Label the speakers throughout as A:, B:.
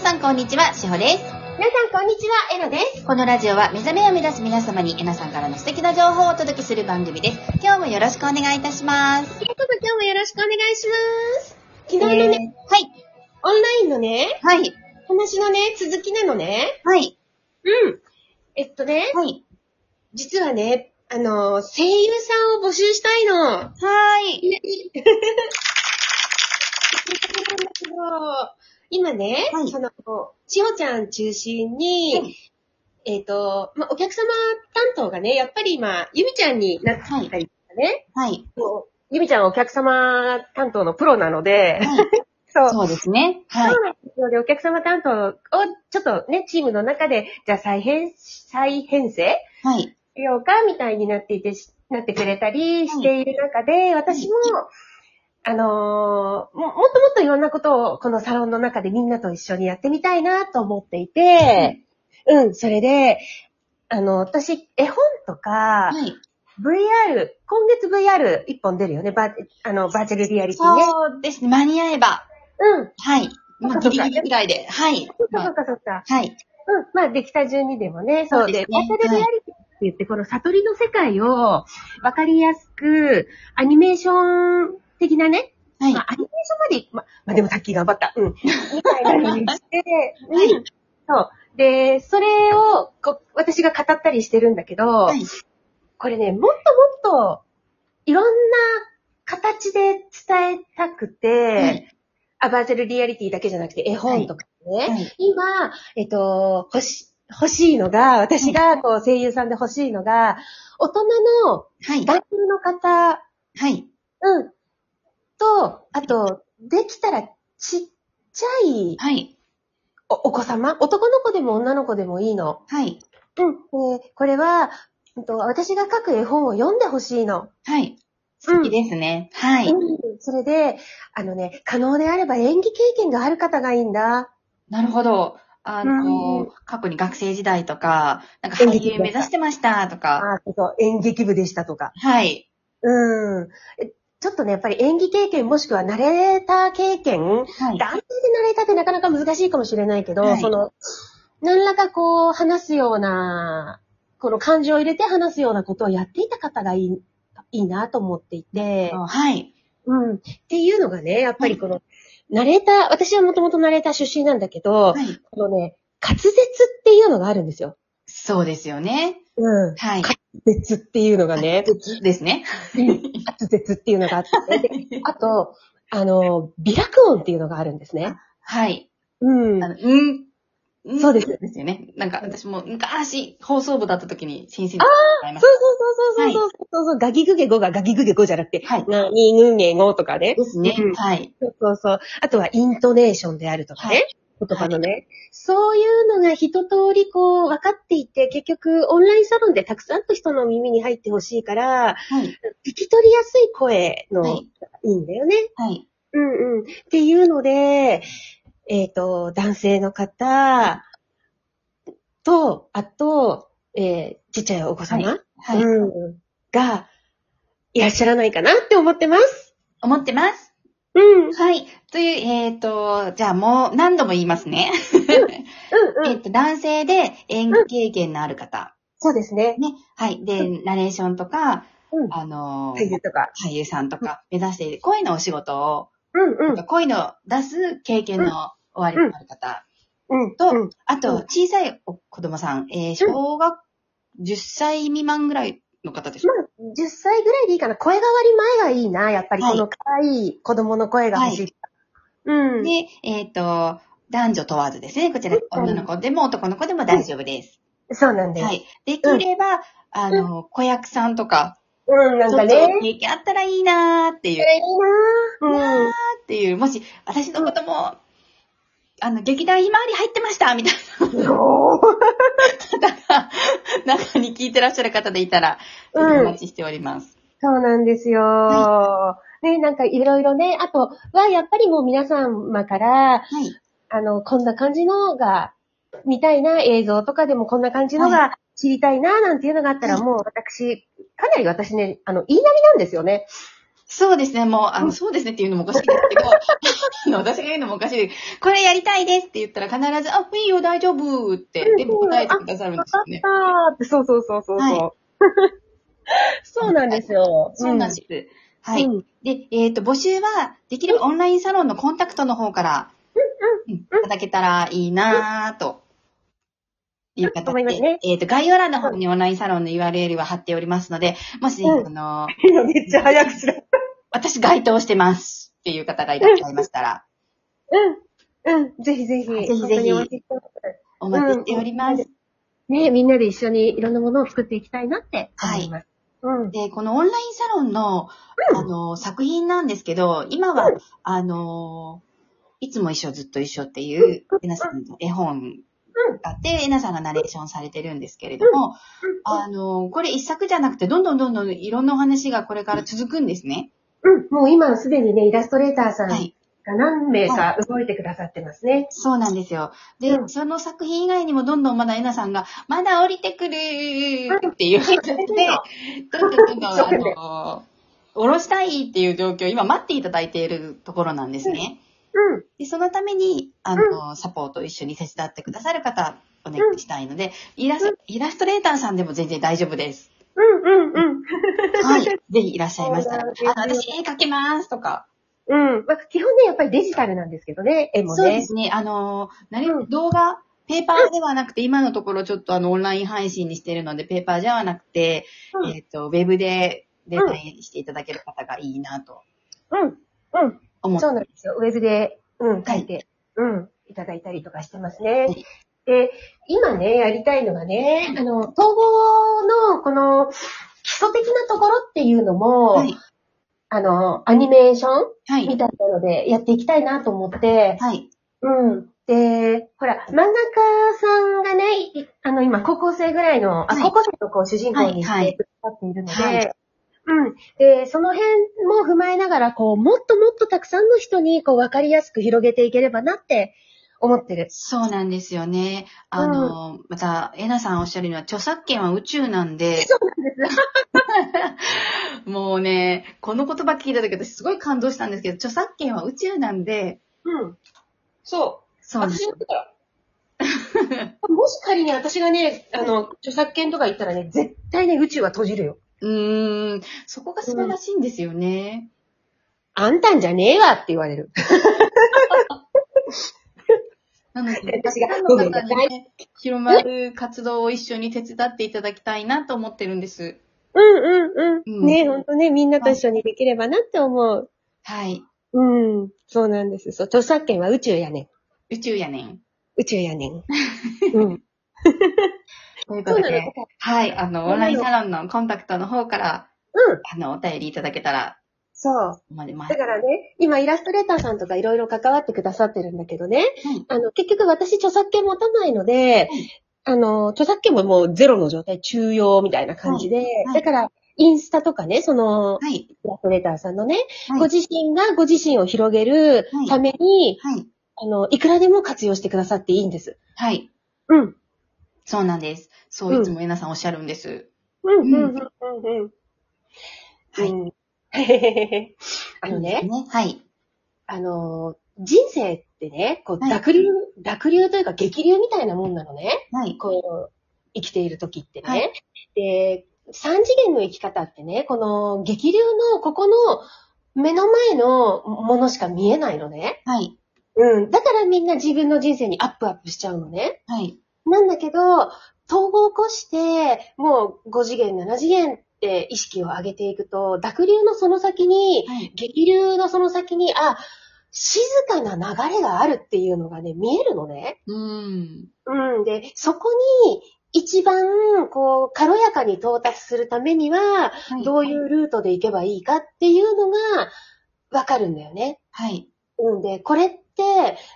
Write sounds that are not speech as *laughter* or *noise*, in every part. A: さんこんにちは、しほです。
B: 皆さん、こんにちは。えのです。
A: このラジオは目覚めを目指す皆様にえなさんからの素敵な情報をお届けする番組です。今日もよろしくお願いいたします。
B: ということで今日もよろしくお願いします。昨日のね、オンラインのね、
A: えーはい、
B: 話のね、続きなのね。
A: はい、
B: うん。えっとね、
A: はい、
B: 実はね、あの、声優さんを募集したいの。
A: はい、
B: 今ね、
A: はい
B: その、千穂ちゃん中心
A: は
B: に、えっ、と、まあ、お客様担当がね、やっぱり今、ゆみちゃんになって
A: はい
B: たりとかね、
A: はい、
B: もうゆみちゃんはお客様担当のプロなので、
A: はい、
B: *laughs* そう、
A: そうですね。はい
B: そ、うなんですよ。で、お客様担当を、ちょっとね、チームの中で、じゃあ再編、再編成
A: はい、
B: しようか、みたいになっていて、しなってくれたりしている中で、私も、あのーも、もっともっといろんなことを、このサロンの中でみんなと一緒にやってみたいなと思っていて、うん、それで、あの、私、絵本とか、
A: はい、
B: VR、今月 VR 一本出るよね、バー、あの、バーチャルリアリティね。
A: そうですね。間に合えば。
B: うん、
A: はい。まあ、
B: そ
A: ギ
B: っかそっか
A: リギリぐらいで。はい。ま
B: そ
A: あ
B: っかそっか。
A: はい。
B: うん、まあできた順にでもね、そう
A: そうで
B: で、
A: すね
B: バーチャルリアリティって言って、この悟りの世界を分かりやすく、アニメーション的なね、
A: はい
B: ま。あ、アニメーションまで、ま、まあでもさっき頑張った、うん、みたいなの
A: *laughs*
B: にして、うん、そう。で、それをこう私が語ったりしてるんだけど、
A: はい。
B: これね、もっともっと、いろんな形で伝えたくて、
A: はい
B: アバーチャルリアリティだけじゃなくて絵本とかね、
A: はい
B: 今、えっと、欲し、欲しいのが、私がこう声優さんで欲しいのが、大人の
A: はい。
B: 男優の方、
A: はい。
B: うん、と、あと、できたらちっちゃい
A: はい。
B: おお子様、男の子でも女の子でもいいの。
A: はい。
B: うん、でこれは、うんと私が書く絵本を読んでほしいの。
A: はい。
B: うん
A: 素敵ですね。はい。
B: うん、それで、あのね、可能であれば演技経験がある方がいいんだ。
A: なるほど。あの、
B: うん
A: 過去に学生時代とか、なんか俳優目指してましたとか。
B: あ、そう、演劇部でしたとか。
A: はい。
B: うん。えちょっとね、やっぱり演技経験もしくはナレーター経験、
A: はい。
B: 男性でナレーターってなかなか難しいかもしれないけど、
A: はい
B: その、何らかこう、話すような、この感情を入れて話すようなことをやっていた方がいい、いいなと思っていて、
A: はい。
B: うん。っていうのがね、やっぱりこの、ナレーター、私はもともとナレーター出身なんだけど、
A: はい。
B: このね、滑舌っていうのがあるんですよ。
A: そうですよね。
B: うん。
A: はい。
B: 滑舌っていうのがね、
A: ですね。
B: 滑舌っていうのがあって、 *laughs* であと、あの、微濁音っていうのがあるんですね。
A: はい。
B: うん。
A: あの、うん。ん
B: そうです
A: ですよね。なんか、私も昔、放送部だった時に先生に会いま
B: そう
A: し
B: そうそうそうそうそうそう、ガギグゲゴがガギグゲゴじゃなくて、
A: はい
B: な、にぐげごとかね
A: た。。ですね
B: うん。
A: はい。
B: そうそうそう。あとはイントネーションであるとかね。
A: はい
B: 言葉のね、そういうのが一通りこう分かっていて、結局オンラインサロンでたくさんの人の耳に入ってほしいか
A: は
B: ら、
A: い。
B: 聞き取りやすい声の、
A: はいい、
B: いんだよね。
A: はい。
B: うんうん。っていうので、えっ、と、男性の方と、あと、えーちっちゃいお子様、
A: はい。
B: うん、が、いらっしゃらないかなって思ってます。
A: 思ってます。
B: うん。うん
A: はい。という、えっ、と、じゃあもう何度も言いますね。
B: う
A: え
B: ん。
A: っと、男性で演技経験のある方。
B: そうですね。
A: ね。はい。で、ナレーションとか、
B: うん。
A: あの
B: 俳優
A: ー、
B: とか。
A: 俳優さんとか目指している声のお仕事を、
B: うんうん。
A: 声の出す経験の終わりのある方。
B: うん。
A: と
B: うん、
A: あ
B: うん
A: と、小さいお子供さん、えー、小学10歳未満ぐらいの方でしょ
B: 10歳ぐらいでいいかな。声変わり前がいいな。やっぱり
A: はい
B: この可愛い子供の声が欲しい。うん。
A: で、えっ、と、男女問わずですね。こちら
B: うん、
A: 女の子でも男の子でも大丈夫です。
B: そうなんです。
A: はい。できれば、あの、子役さんとか、
B: う
A: ち
B: ん、な
A: ょ
B: ん
A: っ
B: か
A: と
B: ね。
A: 経験あったらいいなーっていう、っ
B: いいなうん。
A: ていう、もし、私のことも、あの、劇団ひまわり入ってましたみたいな方が、 *laughs* 中に聞いてらっしゃる方でいたら、ぜひ
B: うん
A: お待ちしております。
B: そうなんですよ。ね、なんかいろいろね、あとはやっぱりもう皆様から、
A: はい。
B: あの、こんな感じのが見たいな、映像とかでもこんな感じのが知りたいな、なんていうのがあったら、
A: はい
B: もう私、かなり私ね、あの、言いなりなんですよね。
A: そうですね、もう、あ
B: う
A: の、
B: ん
A: そうですねっていうのもおかしいですけど、 *laughs* あの私が言うのもおかしいです。これやりたいですって言ったら必ず、あ、いいよ、大丈夫って、全部答えてくださるんですよね。
B: あーって、そうそうそうそうそう。 *laughs*
A: は
B: そうなんですよ。
A: そうなんです。はい。
B: うん
A: で、えっ、と、募集は、できればオンラインサロンのコンタクトの方から、うんいただけたらいいなぁと。いう形
B: 思いま
A: で、
B: すね
A: えっ、と、概要欄の方にオンラインサロンの URL は貼っておりますので、もし、
B: うん
A: あの、
B: 今めっちゃ早口だ。
A: 私該当してますっていう方がいらっしゃいましたら、
B: うん。うん。ぜひぜひ。
A: ぜひぜひ
B: 本当にお待ちしてます
A: お待ちしております。
B: ね、みんなで一緒にいろんなものを作っていきたいなって思います。うん。
A: で、このオンラインサロンの、あの、作品なんですけど、今は、あの、いつも一緒ずっと一緒っていう、えなさんの絵本があって、えなさんがナレーションされてるんですけれども、あの、これ一作じゃなくて、どんどんどんどんいろんなお話がこれから続くんですね。
B: うん。もう今すでにね、イラストレーターさん
A: は
B: が
A: い。
B: 何名か動いてくださってますね。
A: そうなんですよ。で、
B: うん
A: その作品以外にもどんどんまだえなさんが、まだ降りてくるっていう形
B: *laughs*
A: で、どんどんどんどん、
B: ショックで
A: あの、下ろしたいっていう状況、今待っていただいているところなんですね。
B: うん。
A: で、そのために、あの、サポートを一緒に手伝ってくださる方、お願いしたいので、イラスト、イラストレーターさんでも全然大丈夫
B: *laughs*
A: です。
B: うんうんうん。
A: はい。ぜひいらっしゃいましたら、あ
B: そう
A: の
B: なんですよ、
A: 私絵描けますとか、
B: うん。まあ、基本ね、やっぱりデジタルなんですけどね、絵もね。
A: そうですね。あの、なる
B: う
A: 動画、ペーパーではなくて、今のところちょっとあの、オンライン配信にしてるので、ペーパーではなくて、
B: うん
A: えっ、と、ウェブでデザインしていただける方がいいなと
B: うん。うん。
A: 思って
B: そうなんですよ。ウェブで、うん、書いて、うん、いただいたりとかしてます
A: は
B: ね
A: い。
B: で、今ね、やりたいのがね、あの、統合の、この、基礎的なところっていうのも、
A: はい。
B: あの、アニメーション
A: は
B: み
A: い。
B: たいなので、やっていきたいなと思って、
A: はい。
B: うん。で、ほら、漫画家さんがね、いあの、今、高校生ぐらいの、あ、
A: はい
B: 高校生の子を主人公に
A: はいは
B: し
A: い
B: てくださっているので、
A: はい
B: うん。で、その辺も踏まえながら、こう、もっともっとたくさんの人に、こう、わかりやすく広げていければなって思ってる。
A: そうなんですよね。あの、また、えなさんおっしゃるのは、著作権は宇宙なんで、 *laughs* もうね、この言葉聞いた時私すごい感動したんですけど、著作権は宇宙なんで、
B: うん。
A: そう。
B: そうなんです
A: 私
B: よ。 *laughs* もし仮に私がね、あの、著作権とか言ったらね、絶対ね、宇宙は閉じるよ。
A: うーん、そこが素晴らしいんですよね。
B: あんたんじゃねえわって言われる。
A: なので、たく
B: *laughs* 私が
A: さんの
B: ごめんな
A: 方
B: さ
A: に、ね、広まる活動を一緒に手伝っていただきたいなと思ってるんです。
B: うんうん
A: う
B: うんん。ね、ほんとね、みんなと一緒にできればなって思う。
A: はい。
B: うん。そうなんです。そう、著作権は宇宙やねん。
A: 宇宙やねん。
B: 宇宙
A: *laughs*
B: やねん。うん。
A: というこ
B: そ
A: と
B: うなの
A: で、はい、あの、
B: そうなの
A: オンラインサロンのコンタクトの方から、
B: うん。
A: あの、お便りいただけたら、
B: そう。
A: 思います
B: だ。からね、今イラストレーターさんとかいろいろ関わってくださってるんだけどね、
A: はい
B: あの、結局私著作権持たないので、あの、著作権ももうゼロの状態、中用みたいな感じで、
A: はい
B: だから、インスタとかね、その、
A: はい。
B: イラストレーターさんのね、
A: はい
B: ご自身がご自身を広げるために、
A: はい。
B: あの、いくらでも活用してくださっていいんです。
A: はい。
B: うん。
A: そうなんです。そうう、
B: ん
A: いつも皆さんおっしゃるんです。
B: うん、
A: うん
B: うん、うん、うん。
A: はい
B: うん。 *laughs* あのね、
A: はい。
B: あのー、人生ってね、こう、
A: はい
B: 濁流、濁流というか激流みたいなもんなのね。
A: はい。
B: こう、生きている時ってね。
A: はい
B: で、三次元の生き方ってね、この激流のここの目の前のものしか見えないのね。
A: はい。
B: うん。だからみんな自分の人生にアップアップしちゃうのね。
A: はい。
B: なんだけど、統合を起こして、もう5次元、7次元って意識を上げていくと、濁流のその先に、
A: はい。
B: 激流のその先に、あ、静かな流れがあるっていうのがね、見えるのね。
A: うーん。
B: うん。で、そこに、一番、こう、軽やかに到達するためには、
A: はい
B: どういうルートで行けばいいかっていうのが、わかるんだよね。
A: はい。
B: うんで、これって、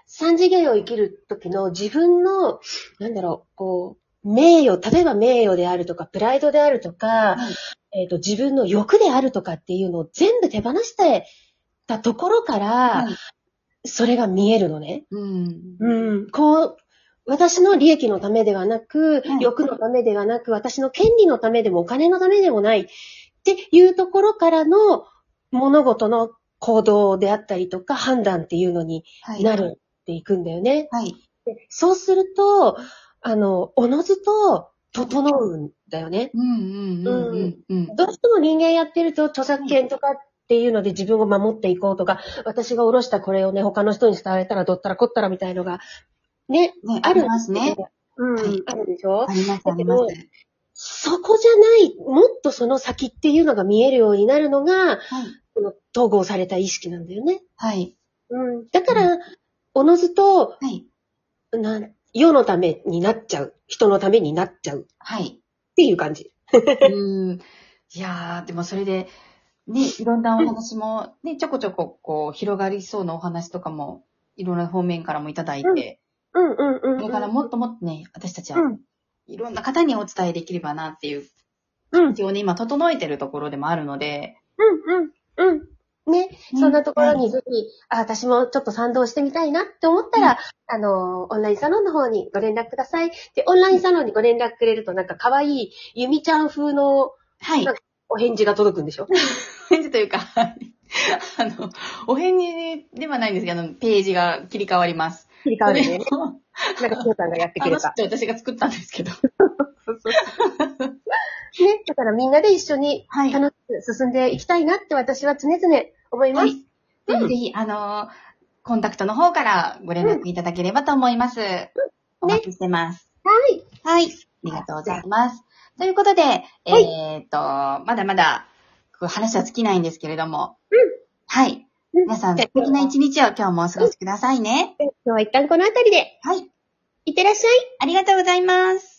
B: 三次元を生きる時の自分の、なんだろう、こう、名誉、例えば名誉であるとか、プライドであるとか、
A: は
B: えっ、と、自分の欲であるとかっていうのを全部手放してたところから、
A: はい
B: それが見えるのね。
A: うん。
B: うん。こう、私の利益のためではなく、
A: はい
B: 欲のためではなく、私の権利のためでもお金のためでもないっていうところからの物事の行動であったりとか判断っていうのに
A: はい。
B: なるっていくんだよね。
A: はい。
B: でそうすると、あの、おのずと整うんだよね。
A: うんうんうんうんうん。
B: どうしても人間やってると著作権とかっていうので自分を守っていこうとか、私が下ろしたこれをね、他の人に伝えたらどったらこったらみたいのが、ね、
A: ね、
B: ある
A: ありますね。。
B: うん、
A: はい
B: あるでしょ
A: あります、あ
B: だ
A: り
B: け
A: ま
B: ど
A: す。
B: そこじゃない、もっとその先っていうのが見えるようになるのが、
A: はい。
B: この統合された意識なんだよね。
A: はい。
B: うん。だから、おのずと、
A: はい。
B: なん、世のためになっちゃう。人のためになっちゃう。っ
A: はい。 *laughs*
B: ていう感じ。
A: うん。いやー、でもそれで、ね、いろんなお話も、ね、ちょこちょこ、こう、広がりそうなお話とかも、いろんな方面からもいただいて、
B: うんうんうん、
A: これからもっともっとね、私たちは
B: うん、
A: いろんな方にお伝えできればなっていう、
B: うん、
A: 一応ね、今整えてるところでもあるので、
B: うん、うん、うん。ね、
A: うん
B: そんなところにぜひ、あ、私もちょっと賛同してみたいなって思ったら、あの、オンラインサロンの方にご連絡ください。で、オンラインサロンにご連絡くれると、なんか可愛い、ゆみちゃん風の
A: はい。
B: なんお返事が届くんでし *laughs* ょ
A: 返事というか、 *laughs* はいあの、お返事ではないんですけど、あのページが切り替わります。
B: 切り替わるんでね。
A: それを
B: *laughs* なんか、きょうさんがやってく
A: あ
B: れ
A: の
B: た。
A: 人私が作ったんですけど。
B: ね、だからみんなで一緒に
A: はい
B: 楽しく進んでいきたいなって私は常々思いま
A: は
B: す。
A: い。ぜひぜひ、あのーコンタクトの方からご連絡いただければと思います。お待ちしてます。
B: はい。
A: はい。ありがとうございます。ということで、えーっと、まだまだ、こう話は尽きないんですけれども。はい。皆さん、素敵な一日を今日もお過ごしくださいね。
B: 今日は一旦この辺りで、
A: はい。
B: いってらっしゃい
A: ありがとうございます。